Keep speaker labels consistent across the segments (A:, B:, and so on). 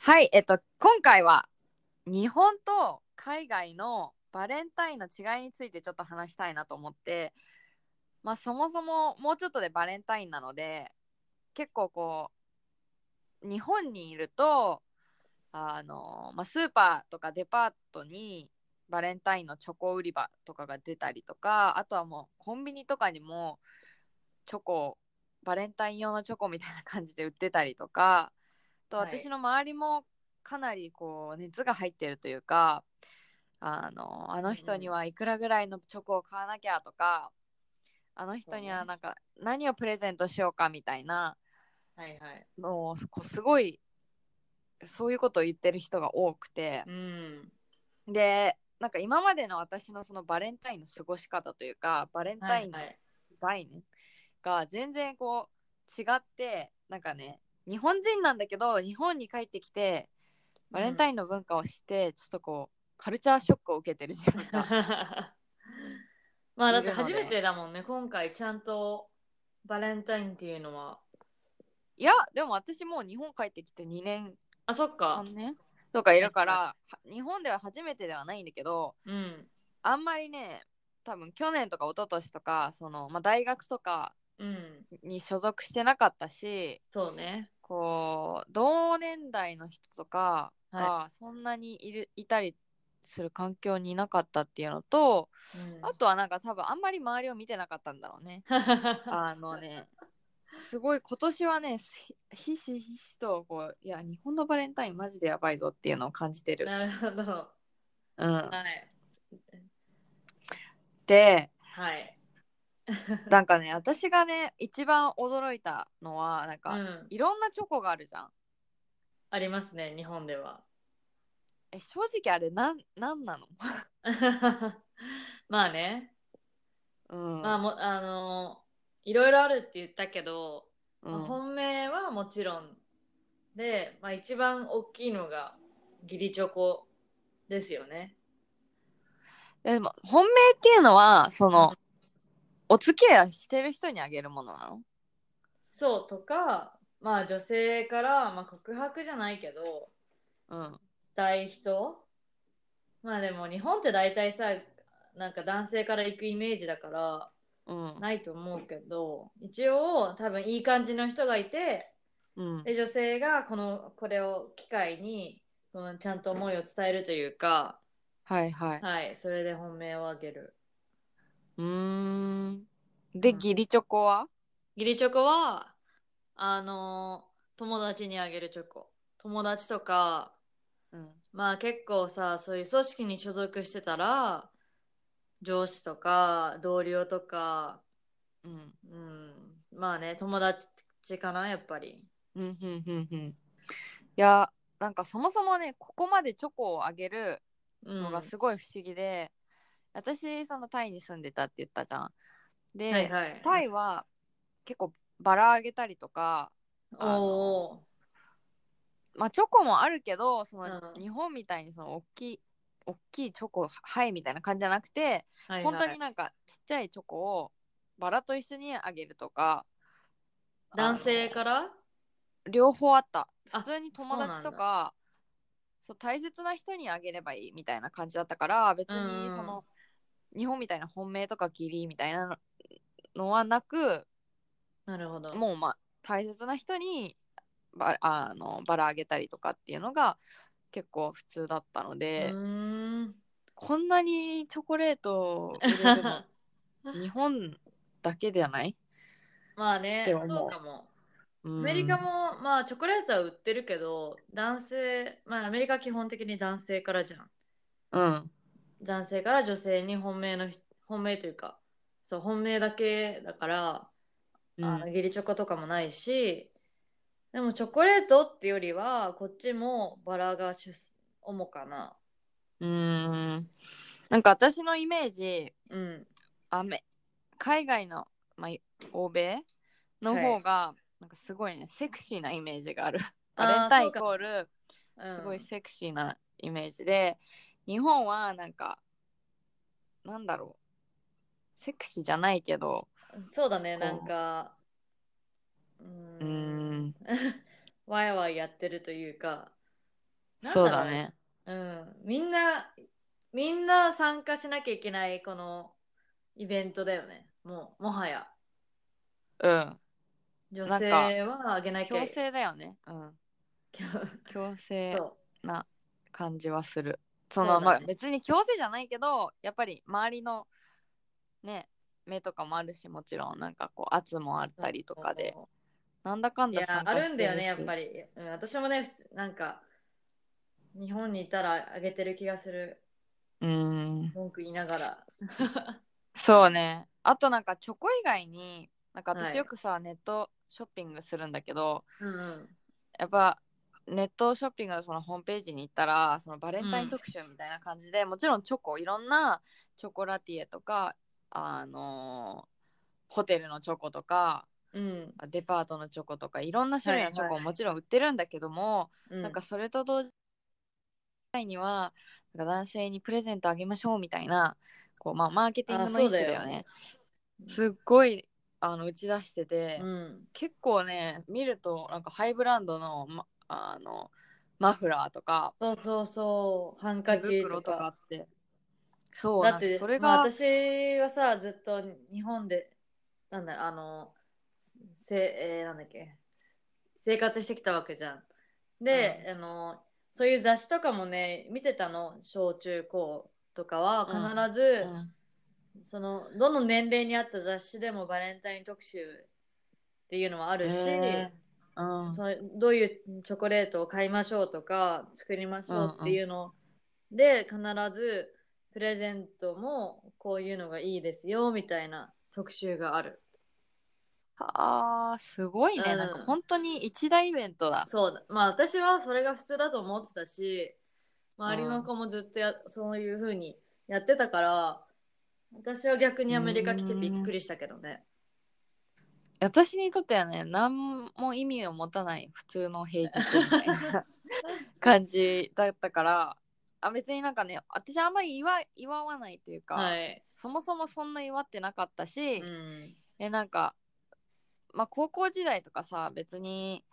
A: はい、えっと今回は日本と海外のバレンタインの違いについてちょっと話したいなと思って、まあそもそももうちょっとでバレンタインなので、結構こう日本にいるとあの、まあ、スーパーとかデパートにバレンタインのチョコ売り場とかが出たりとかあとはもうコンビニとかにもチョコバレンタイン用のチョコみたいな感じで売ってたりとかあと
B: はい
A: 私の周りもかなりこう熱が入ってるというかあのあの人にはいくらぐらいのチョコを買わなきゃとかあの人にはなんか何をプレゼントしようかみたいな
B: はいはい。
A: もうこうすごいそういうことを言ってる人が多くて
B: うん。
A: でなんか今までの私のそのバレンタインの過ごし方というかバレンタインの
B: い。
A: 概念が全然こう違ってなんかね日本人なんだけど日本に帰ってきてバレンタインの文化を知ってちょっとこうカルチャーショックを受けてる自分 が
B: まあだって初めてだもんね、今回ちゃんとバレンタインっていうのは。
A: いやでも私もう日本帰ってきて2年
B: あ、そっか
A: 3。年とかいるからは日本では初めてではないんだけど
B: うん。
A: あんまりね多分去年とか一昨年とかその、まあ、大学とか
B: うん。
A: に所属してなかったし
B: そうね。
A: こう同年代の人とか
B: は
A: がそんなにいる、い、たりする環境にいなかったっていうのと
B: うん
A: あとはなんか多分あんまり周りを見てなかったんだろうね。あのねすごい今年はねひひしひしとこういや日本のバレンタインマジでやばいぞっていうのを感じてる。
B: なるほど。
A: うん、
B: はい。
A: で
B: はい。
A: なんかね私がね一番驚いたのはなん
B: う
A: か、
B: ん、
A: いろんなチョコがあるじゃん
B: ありますね、日本では。
A: え正直あれなんなんなの、
B: まあね、
A: うん
B: まあもあのいろいろあるって言ったけど、
A: う
B: まあ
A: ん
B: 本命はもちろんで、まあ、一番大きいのがギリチョコですよね。
A: でも本命っていうのはその、
B: うん
A: お付き合いしてる人にあげるものなの
B: そうとか、まあ、女性から、まあ、告白じゃないけど
A: うん
B: したい人まあでも日本って大体さなんか男性から行くイメージだから
A: うん
B: ないと思うけど一応多分いい感じの人がいて
A: うん
B: で女性がこのこれを機会にこのちゃんと思いを伝えるというか、
A: はいはい
B: はい、それで本命をあげる。
A: うーんで
B: うん
A: 義理チョコは
B: ギリチョコはあの友達にあげるチョコ友達とか
A: うん
B: まあ結構さそういう組織に所属してたら上司とか同僚とか
A: うん
B: うんまあね友達かなやっぱり
A: うんうんうんうんいやなんかそもそもねここまでチョコをあげる
B: うん
A: のがすごい不思議で、私そのタイに住んでたって言ったじゃん。で、
B: はいはい
A: タイは結構バラあげたりとか、あの
B: おー
A: まあ、チョコもあるけどその
B: うん
A: 日本みたいにその大きい大きいチョコははいみたいな感じじゃなくて、
B: はいはい
A: 本当になんかちっちゃいチョコをバラと一緒にあげるとか
B: 男性
A: ら
B: から
A: 両方あった
B: あ
A: 普通に友
B: そうな
A: 達
B: んだ
A: とかそう大切な人にあげればいいみたいな感じだったから別
B: うんうん
A: にその、日本みたいな本命とか義理みたいなののはなく
B: なるほど
A: もうまあ大切な人にバあのバラあげたりとかっていうのが結構普通だったの
B: う
A: で、
B: ーん
A: こんなにチョコレートを入れるの 日本だけじゃない
B: まあ ね
A: って思う
B: そうかも
A: ア
B: アメリカも、まあチョコレートは売ってるけど男性まあアメリカは基本的に男性からじゃん
A: うん
B: 男性から女性に本命の人本命というかそう本命だけだから、
A: うん
B: あの義理チョコとかもないしでもチョコレートってよりはこっちもバラが主主かな。
A: うーんなんか私のイメージ
B: うん。
A: アメ海外の、まあ、欧米の方が、なんかすごいねセクシーなイメージがある。
B: あー
A: バレンタインイ
B: そうか
A: コール
B: うん
A: すごいセクシーなイメージで、日本はなんかなんだろうセクシーじゃないけど
B: そうだね、
A: こう
B: なんか、う
A: うー
B: ーん、
A: ん
B: わいわいやってるというか、なん
A: そうだ
B: ろ
A: ね。
B: うん、みんな、みんな参加しなきゃいけないこのイベントだよね、もう、もはや。
A: うん
B: 女
A: なんか
B: 性はあげなきゃ
A: 強制だよね。うん強制
B: そう
A: な感じはする。そ
B: そう
A: の
B: だね
A: まあ別に強制じゃないけどやっぱり周りのね目とかもあるしもちろんなんかこう圧もあったりとかでなんだかん
B: い
A: だ
B: や
A: 参
B: あ
A: 加
B: る
A: し
B: ん
A: て
B: だ
A: るし
B: よねやっぱり、うん、私もね普通なんか日本にいたらあげてる気がする
A: うーん
B: 文句言いながら
A: そうねあとなんかチョコ以外になんか
B: は
A: 私
B: い
A: よくさ、ネットショッピングするんだけど
B: うんうん
A: やっぱネットショッピングのそのホームページに行ったらそのバレンタイン特集みたいな感じで、もちろんチョコいろんなチョコラティエとかあのーホテルのチョコとか
B: うん
A: デパートのチョコとかいろんな種類のチョコ
B: はい
A: も
B: はい
A: もちろん売ってるんだけども、
B: うん
A: なんかそれと同時にはなんか男性にプレゼントあげましょうみたいなこう、まあ、マーケティングの
B: あそ
A: 一
B: うだ
A: 種
B: よ
A: だよね。すっごいあの打ち出してて、
B: うん
A: 結構ね見るとなんかハイブランドの,、ま、あのマフラーとか
B: そうそうそうハン
A: 手
B: カチ
A: 袋
B: と
A: とかあ
B: か
A: ってそう
B: だっ
A: なん
B: て
A: かそれ
B: ま
A: が、
B: あ私はさずっと日本でなんだろうあのせ、えーなんだっけ生活してきたわけじゃんで、あのそういう雑誌とかもね見てたの小中高とかは必ず、
A: うん
B: そのどの年齢に合った雑誌でもバレンタイン特集っていうのはあるし、
A: ねうん
B: そのどういうチョコレートを買いましょうとか作りましょうっていうので、必ずプレゼントもこういうのがいいですよみたいな特集がある
A: あーすごいね、
B: うん
A: なんか本当に一大イベントだ
B: そうだまあ私はそれが普通だと思ってたし周りの子もずっとや、そういう風にやってたから私は逆にアメリカ来てびっくりしたけどね
A: 私にとってはね何も意味を持たない普通の平日み たい な感じだったからあ別になんかね私あんまり祝祝わないというか、
B: はい、
A: そもそもそんな祝ってなかったし、
B: うん、
A: えなんかまあ高校時代とかさ別に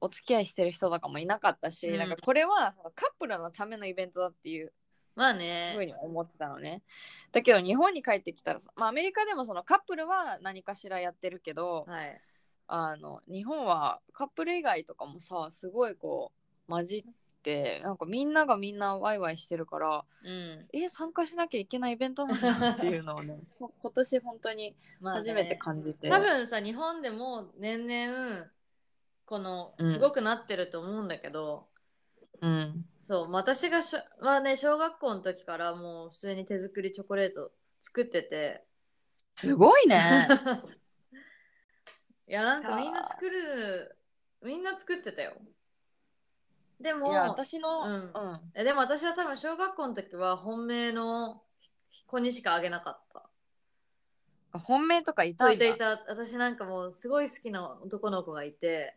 A: お付き合いしてる人とかもいなかったし、
B: うん
A: なんかこれはそのカップルのためのイベントだっていう
B: まあ
A: ふう
B: ね
A: に思ってたのねだけど日本に帰ってきたら、まあ、アメリカでもそのカップルは何かしらやってるけど、
B: はい
A: あの日本はカップル以外とかもさすごいこう混じってなんかみんながみんなワイワイしてるから
B: うん
A: え参加しなきゃいけないイベントなんだっていうのを ねこ今年本当に
B: まあね
A: 初めて感じて、
B: 多分さ日本でも年々この
A: うん
B: すごくなってると思うんだけど、
A: うん、
B: そう私がしょはね小学校の時からもう普通に手作りチョコレート作ってて、
A: すごい ね
B: いやなんかみんな作るみんな作ってたよで
A: いや
B: も
A: 私の、
B: うん
A: うん
B: えでも私は多分小学校の時は本命の子にしかあげなかった
A: 本命とかいた
B: そうい
A: んだ
B: たいた私なんかもうすごい好きな男の子がいて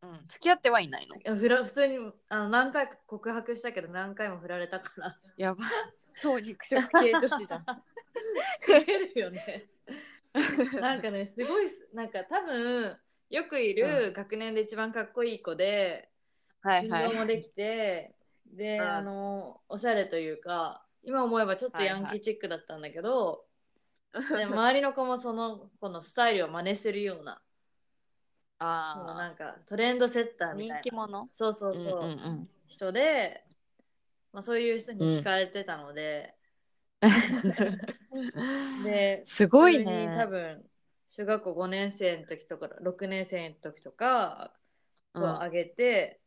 A: うん、付き合ってはいないの
B: ふら普通にあの何回か告白したけど何回も振られたから
A: やば超肉食系女子じゃん
B: 食えるよね なんかねすごいすなんか多分よくいる学年で一番かっこいい子で
A: はい
B: 運
A: はい
B: 動もできて、で、
A: うん
B: あのおしゃれというか今思えばちょっとヤンキーチックだったんだけ ど、で周りの子もその子のスタイルを真似するようなそのな
A: あ
B: んかトレンドセッター
A: ー
B: み
A: 人
B: たいな
A: 気者
B: そうそうそう、
A: うんうんうん
B: 人で、まあ、そういう人に惹かれてたの で、で
A: すごい
B: 普通に
A: ね
B: 多。分小学校5年生の時とか6年生の時とか
A: う
B: は
A: ん
B: あげて、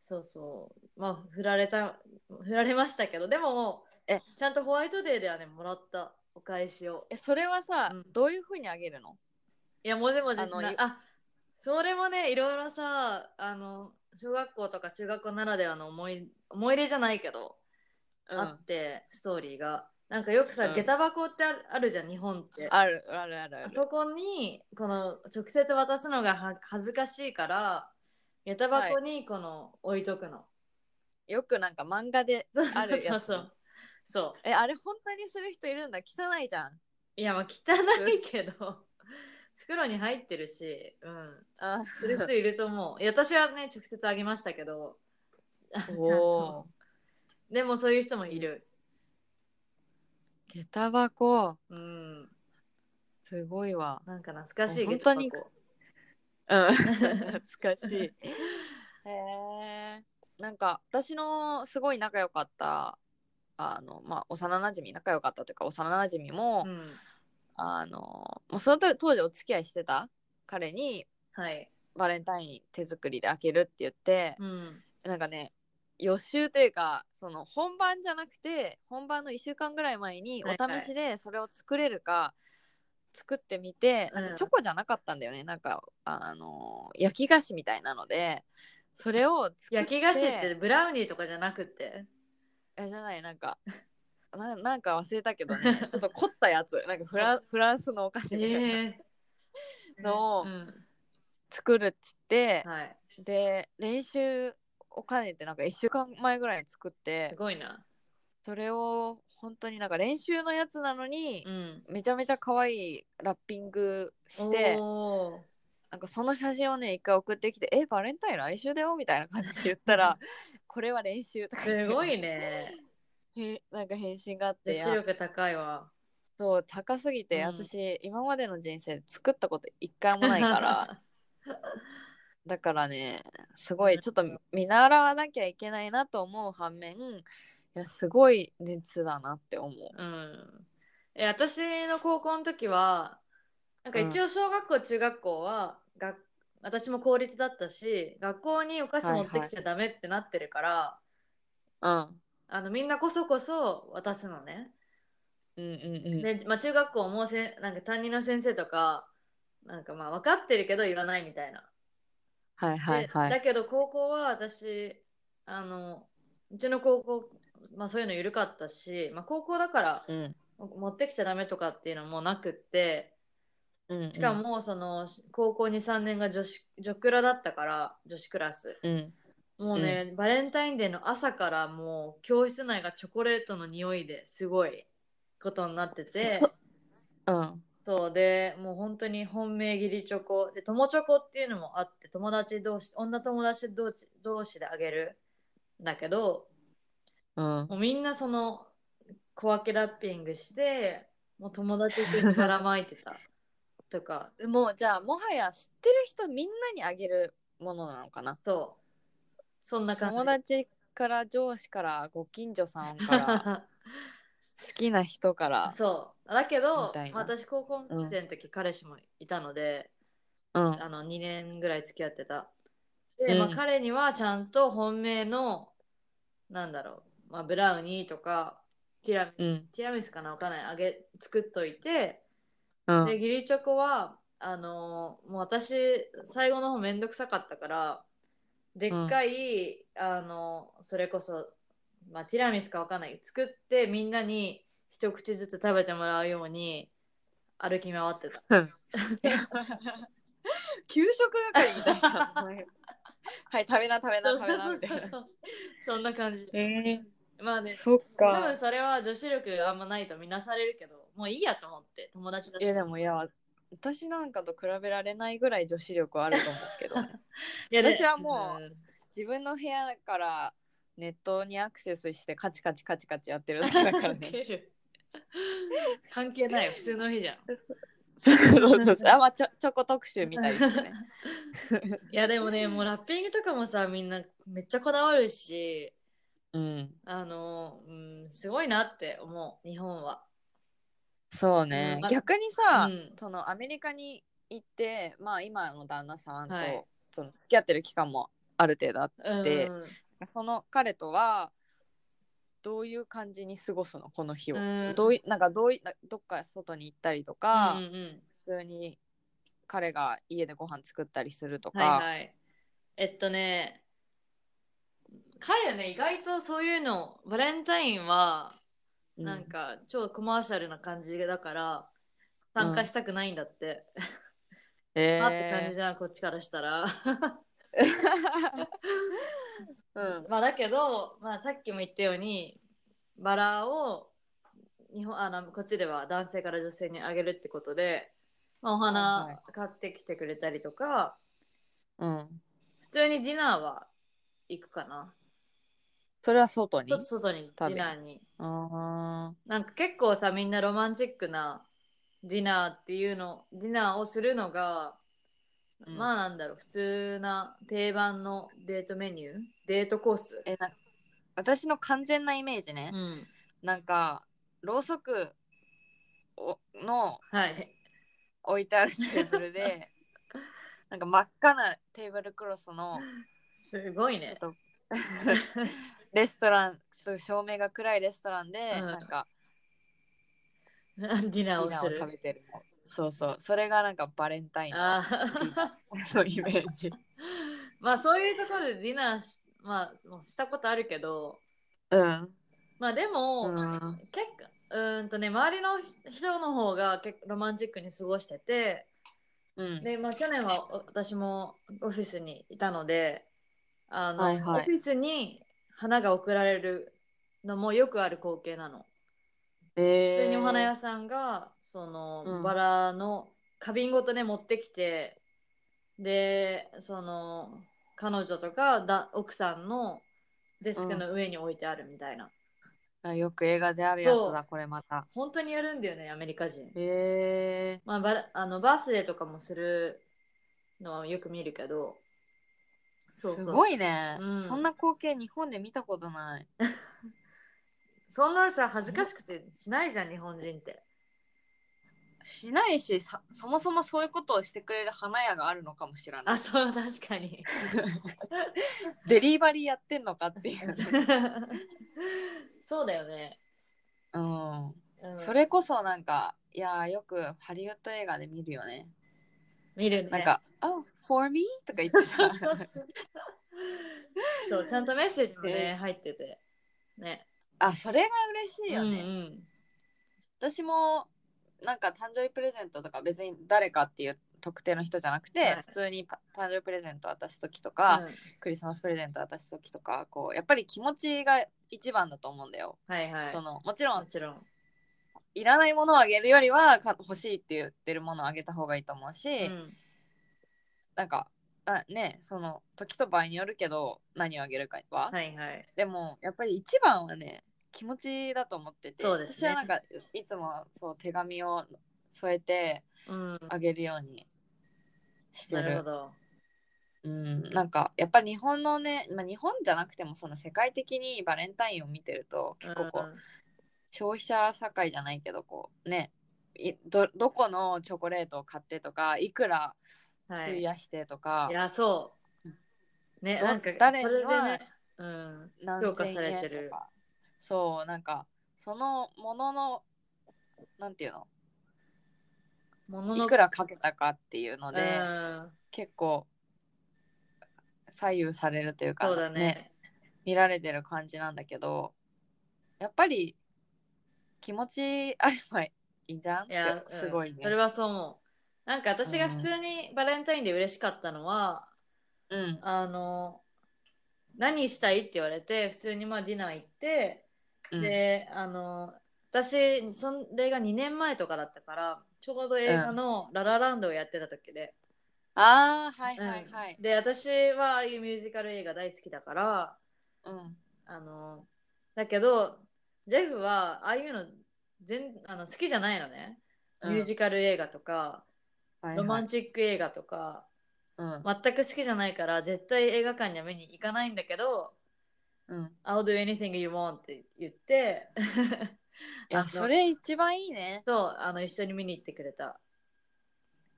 B: そうそうまあ振られた振られましたけどでも
A: え
B: ちゃんとホワイトデーではねもらったお返しを
A: えそれはさ、
B: うん
A: どういうふうにあげるの
B: いやもじもじし
A: あの
B: ないいあそれもねいろいろさあの小学校とか中学校ならではの思い思い入れじゃないけど、
A: うん
B: あってストーリーがなんかよくさ、
A: うん
B: 下駄箱ってあるあるじゃん日本って
A: あるあるあるあ
B: あ
A: る
B: そこにこの直接渡すのがは恥ずかしいから下駄箱にこの置いとくの、
A: よくなんか漫画である
B: そ
A: や
B: う
A: つ
B: そうそう
A: えあれ本当にする人いるんだ汚いじゃん
B: いやまあ汚いけど 袋に入ってるしうん
A: あ
B: する人いると思う いや私はね直接あげましたけどちゃん
A: お
B: と
A: ー
B: でもそういう人もいる
A: 下駄箱
B: うん
A: すごいわ
B: なんか懐かしい
A: 本当
B: 下駄
A: に
B: 箱
A: うん懐かしいへえなんか私のすごい仲良かったあのまあ幼なじみ仲良かったというか幼なじみも、
B: うん
A: あのもうその時当時お付き合いしてた彼に
B: はい
A: バレンタイン手作りで開けるって言って、
B: うん
A: なんかね予習というかその本番じゃなくて本番の1週間ぐらい前にお
B: はいはい
A: 試しでそれを作れるか作ってみて、
B: うん
A: なんかチョコじゃなかったんだよねなんかあの焼き菓子みたいなのでそれを作って
B: 焼き菓子ってブラウニーとかじゃなくて
A: えじゃないなんか ななんか忘れたけどね ちょっと凝ったやつなんかフランフランスのお菓子みたいな
B: ええ
A: のを
B: うん
A: 作るっつって、
B: はい
A: で練習を兼ねてなんか1週間前ぐらいに作って
B: すごいな
A: それを本当になんか練習のやつなのに、
B: うん
A: めちゃめちゃ可愛いラッピングして
B: おー
A: なんかその写真をね一回送ってきて「えバレンタイン来週だよ」みたいな感じで言ったら「これは練習」とか言って
B: すごいね
A: へなんか返信があって
B: 女子力高いわ
A: そう高すぎて、
B: うん
A: 私今までの人生で作ったこと一回もないから だからねすごいちょっと見習わなきゃいけないなと思う反面いやすごい熱だなって思う。
B: うん、え私の高校の時はなんか一応小学校、中学校は学私も公立だったし学校にお菓子持ってきちゃダメってなってるから、
A: うん
B: あのみんなこそこそ渡すのね。
A: うんうんうん、
B: で、まあ、中学校もせんなんか担任の先生とかなんかまあ分かってるけど言わないみたいな。
A: はいはい
B: で
A: はい。
B: だけど高校は私あのうちの高校、まあ、そういうの緩かったし、まあ、高校だから
A: うん
B: 持ってきちゃダメとかっていうのもなくって。
A: うんうん
B: しか、もその高校23年が女子女クラだったから女子クラス
A: うん、
B: もうね、バレンタインデーの朝からもう教室内がチョコレートの匂いですごいことになっ てて
A: そうん、
B: そうでもう本当に本命義理チョコで友チョコっていうのもあって友達同士女友達同士同士であげるんだけど
A: うん、
B: もうみんなその小分けラッピングしてもう友達と一緒にばらまいてたとか
A: もうじゃあもはや知ってる人みんなにあげるものなのかな
B: そうそんな感じ
A: 友達から上司からご近所さんから 好きな人から
B: そうだけど
A: みたいな
B: まあ私高校生の時、彼氏もいたので
A: うん
B: あの2年ぐらい付き合ってたで、まあ
A: うん
B: 彼にはちゃんと本命のなんだろう、まあ、ブラウニーとかティラミス、
A: うん
B: ティラミスかなわかんないあげ作っといて
A: うん
B: でギリチョコはあのーもう私最後の方めんどくさかったからでっかい、あのーそれこそ、まあ、ティラミスかわかんない作ってみんなに一口ずつ食べてもらうように歩き回 ってた
A: 給食係みたいな はい食べな食べな食べなみたいな
B: そう そんな感じ
A: え
B: まあ
A: ー
B: ね
A: そっ
B: 多分
A: か
B: それは女子力あんまないとみなされるけどもういいやと思って友達だし
A: いやでもいや私なんかと比べられないぐらい女子力はあると思うけどね、
B: いやで
A: 私はもうん自分の部屋からネットにアクセスしてカチカチカチカチやってるだけだ からね
B: ウケる関係ないよ普通の日じゃん
A: そうそうそうあ、まあ、ちょチョコ特集みたいですね
B: いやでもねもうラッピングとかもさみんなめっちゃこだわるし
A: うん
B: あのうんすごいなって思う日本は
A: そうね、
B: うん
A: 逆にさ、
B: うん
A: そのアメリカに行ってまあ今の旦那さんと、
B: はい
A: その付き合ってる期間もある程度あっ
B: うん
A: でその彼とはどういう感じに過ごすのこの日を、
B: うん
A: どういなんかどういなどっか外に行ったりとか、
B: うんうん
A: 普通に彼が家でご飯作ったりするとか、
B: はいはい。えっとね、彼ね、意外とそういうの、バレンタインは、
A: うん
B: なんか、超コマーシャルな感じだから、参加したくないんだって。
A: えー
B: あって感じじゃん、こっちからしたら。
A: うん
B: まあだけど、まあ、さっきも言ったようにバラを日本あのこっちでは男性から女性にあげるってことで、まあ、お
A: はい
B: 花
A: は
B: 買ってきてくれたりとか、
A: うん、
B: 普通にディナーは行くかな
A: それは外に
B: ちょっと外にデ
A: 食べ
B: ィナーに
A: あ
B: なんか結構さみんなロマンチックなディナーっていうのディナーをするのが、
A: ーうん
B: まあなんだろう普通な定番のデートメニューデートコース、
A: えなんか私の完全なイメージね、
B: うん、
A: なんかろうそくをの
B: はい
A: 置いてあるテーブル でなんか真っ赤なテーブルクロスの
B: すごい
A: ちょっ
B: ね
A: と レストランそう照明が暗いレストランで、
B: うん
A: なんか
B: ディ
A: デ
B: ナー
A: ィ
B: を
A: ナ
B: す
A: ーを
B: る
A: 食べてるのそうそうそれがなんかバレンタインの
B: あー
A: のイメージ
B: まあそういうところでディナーし,、まあ、もうしたことあるけど
A: うん
B: まあでも、
A: うん
B: 結構うーんとね周りの人の方が結構ロマンチックに過ごしてて
A: うん
B: で、まあ、去年はお私もオフィスにいたのであの、
A: はいはい
B: オフィスに花が贈られるのもよくある光景なの。
A: え
B: 普通にお花
A: ー
B: 屋さんがその、
A: うん
B: バラの花瓶ごとね持ってきてでその彼女とかだ奥さんのデスクの上に置いてあるみたいな、
A: あよく映画であるやつ
B: そう
A: だこれまた
B: 本当にやるんだよねアメリカ人、
A: え
B: まあ、バラあのバースデーとかもするのはよく見るけど
A: ー、す
B: い
A: ごいね、
B: うん
A: そんな光景日本で見たことない
B: そんなさ恥ずかしくてしないじゃん日本人って
A: しないしさそもそもそういうことをしてくれる花屋があるのかもしれな
B: あ
A: い
B: そう確かに
A: デリバリーやってんのかっていう、
B: そうだよね、
A: うん、
B: うん
A: それこそなんかいやーよくハリウッド映画で見るよね
B: 見るね
A: なんか「Oh for me?」とか言って
B: そ
A: さ
B: うそうそう。 そう、ちゃんとメッセージも
A: ね
B: ね、入ってて。ね。
A: あそれが嬉しいよね、
B: うんうん
A: 私もなんか誕生日プレゼントとか別に誰かっていう特定の人じゃなくて、
B: はい
A: 普通にパ誕生日プレゼント渡す時とか、
B: うん
A: クリスマスプレゼント渡す時とかこうやっぱり気持ちが一番だと思うんだよ、
B: はいはい。
A: そのもちろ
B: も
A: ん
B: ちろん。
A: いらないものをあげるよりはか欲しいって言ってるものをあげた方がいいと思うし、
B: うん
A: なんかあねその時と場合によるけど何をあげるかは、
B: はいはい。
A: でもやっぱり一番はね気持ちだと思ってて
B: そうです
A: 私
B: ね
A: はなんかいつもそう手紙を添えて
B: うん。
A: あげるようにして
B: な
A: る
B: るほど。
A: うん、なんかやっぱり日本のね、まあ、日本じゃなくてもその世界的にバレンタインを見てると結構こう、
B: ん
A: 消費者社会じゃないけどこうねいどどこのチョコレートを買ってとかいくら
B: はい。
A: 費
B: い
A: やしてとか、
B: や、そう。ね、
A: ど
B: なんか、
A: 誰には
B: それでね。うん。
A: 何
B: 評価されてる
A: 千円とかそうなんかそのもののなんていうの
B: もの
A: いくらかけたかっていうので、
B: うん
A: 結構左右されるというか
B: そうだね。
A: 見られてる感じなんだけどやっぱり気持ちあればいいじゃんっ
B: い
A: て
B: や、
A: すごい
B: うん
A: ね
B: それ。はそう思う。なんか私が普通にバレンタインで嬉しかったのは、
A: うん
B: あの何したいって言われて普通にまあディナー行って、
A: うん
B: であの私それが2年前とかだったからちょうど映画の「ララランド」をやってた時で、
A: ああはいはいは
B: う
A: い
B: ん。で私はああいうミュージカル映画大好きだから
A: うん
B: あのだけどジェフはああいうの全あの好きじゃないのね、ミュージカル映画とかロマン
A: チ
B: チック映画とか、
A: うん
B: 全く好きじゃないから絶対映画館には見に行かないんだけど
A: うん、
B: I'll do anything you want って言って、
A: いや
B: あの
A: それ一番いいね
B: そう、あの、一緒に見に行ってくれた。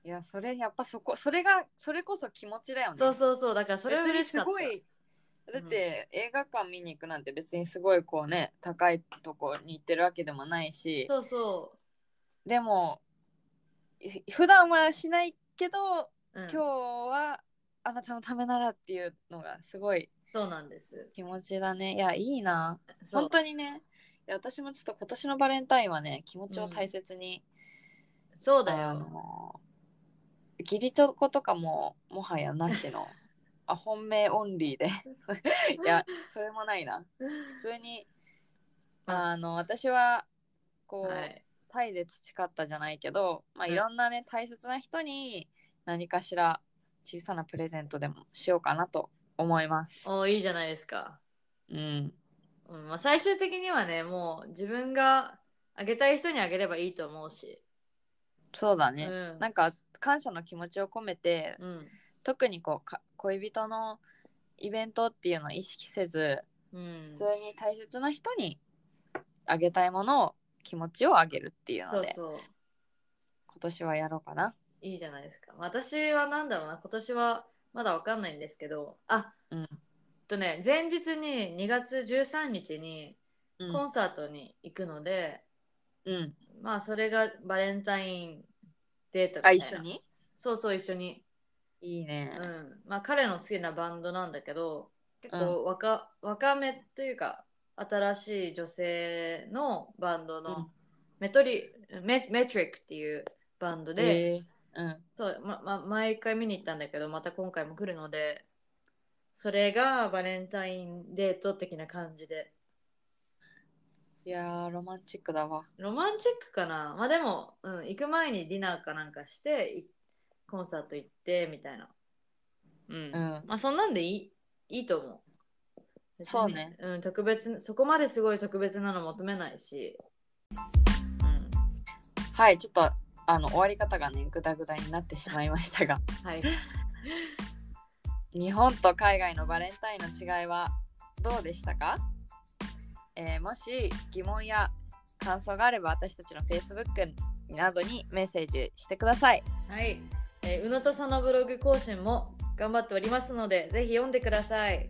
A: いやそれやっぱそこそれがそれこそ気持ちだよね
B: そうそうそう、だからそれは
A: 別に
B: 嬉しかった。
A: すごいだって、映画館見に行くなんて別にすごいこうね高いとこに行ってるわけでもないし
B: そうそ
A: でもい普段はしないけど、
B: うん
A: 今日はあなたのためならっていうのがすごい
B: そうなんです。
A: 気持ちだねいやいいな
B: そう
A: 本当にねいや私もちょっと今年のバレンタインはね気持ちを大切に、
B: そうだ
A: あ
B: よ。
A: の義理チョコとかももはやな しのあ本命オンリーでいやそれもないな普通にあの私はこう、
B: はい。
A: タイで培ったじゃないけど、まあ、
B: うん
A: いろんなね、大切な人に何かしら小さなプレゼントでもしようかなと思います。
B: おいいじゃないですか。
A: うん、
B: うんまあ、最終的にはね、もう自分があげたい人にあげればいいと思うし。
A: そうだ
B: う
A: ね、
B: ん。
A: なんか感謝の気持ちを込めて、
B: うん。
A: 特にこうか恋人のイベントっていうのを意識せず
B: うん
A: 普通に大切な人にあげたいものを気持ちをあげるっていう
B: そ
A: の
B: う
A: で
B: そう。
A: 今年はやろうかな。
B: いいじゃないですか。私はなんだろうな、今年はまだわかんないんですけど、あ、
A: うん
B: えっとね、前日に2月13日に
A: うん
B: コンサートに行くので、
A: うん、
B: まあそれがバレンタインデートみた
A: あ
B: いな
A: 一緒に
B: そうそう、一緒に。
A: いいね
B: う。ん。まあ彼の好きなバンドなんだけど、結構若,、若めというか、新しい女性のバンド
A: うん
B: のメトリ、メメトリックっていうバンド
A: え
B: で、
A: ーうん、
B: そう、ま、ま、毎回見に行ったんだけど、また今回も来るので、それがバレンタインデート的な感じで。
A: いやーロマンチックだわ。
B: ロマンチックかなまあでも、うん、行く前にディナーかなんかして、いコンサート行って、みたいな。うん。
A: うん
B: まあそんなんでいい、いいと思う。
A: そうね
B: 別に。うん、特別、そこまですごい特別なの求めないし。うん。
A: はい、ちょっとあの終わり方がねグダグダになってしまいましたが
B: はい。
A: 日本と海外のバレンタインの違いはどうでしたか、えーもし疑問や感想があれば私たちの Facebook などにメッセージしてください。
B: はい。えー、宇野とさんのブログ更新も頑張っておりますので、ぜひ読んでください。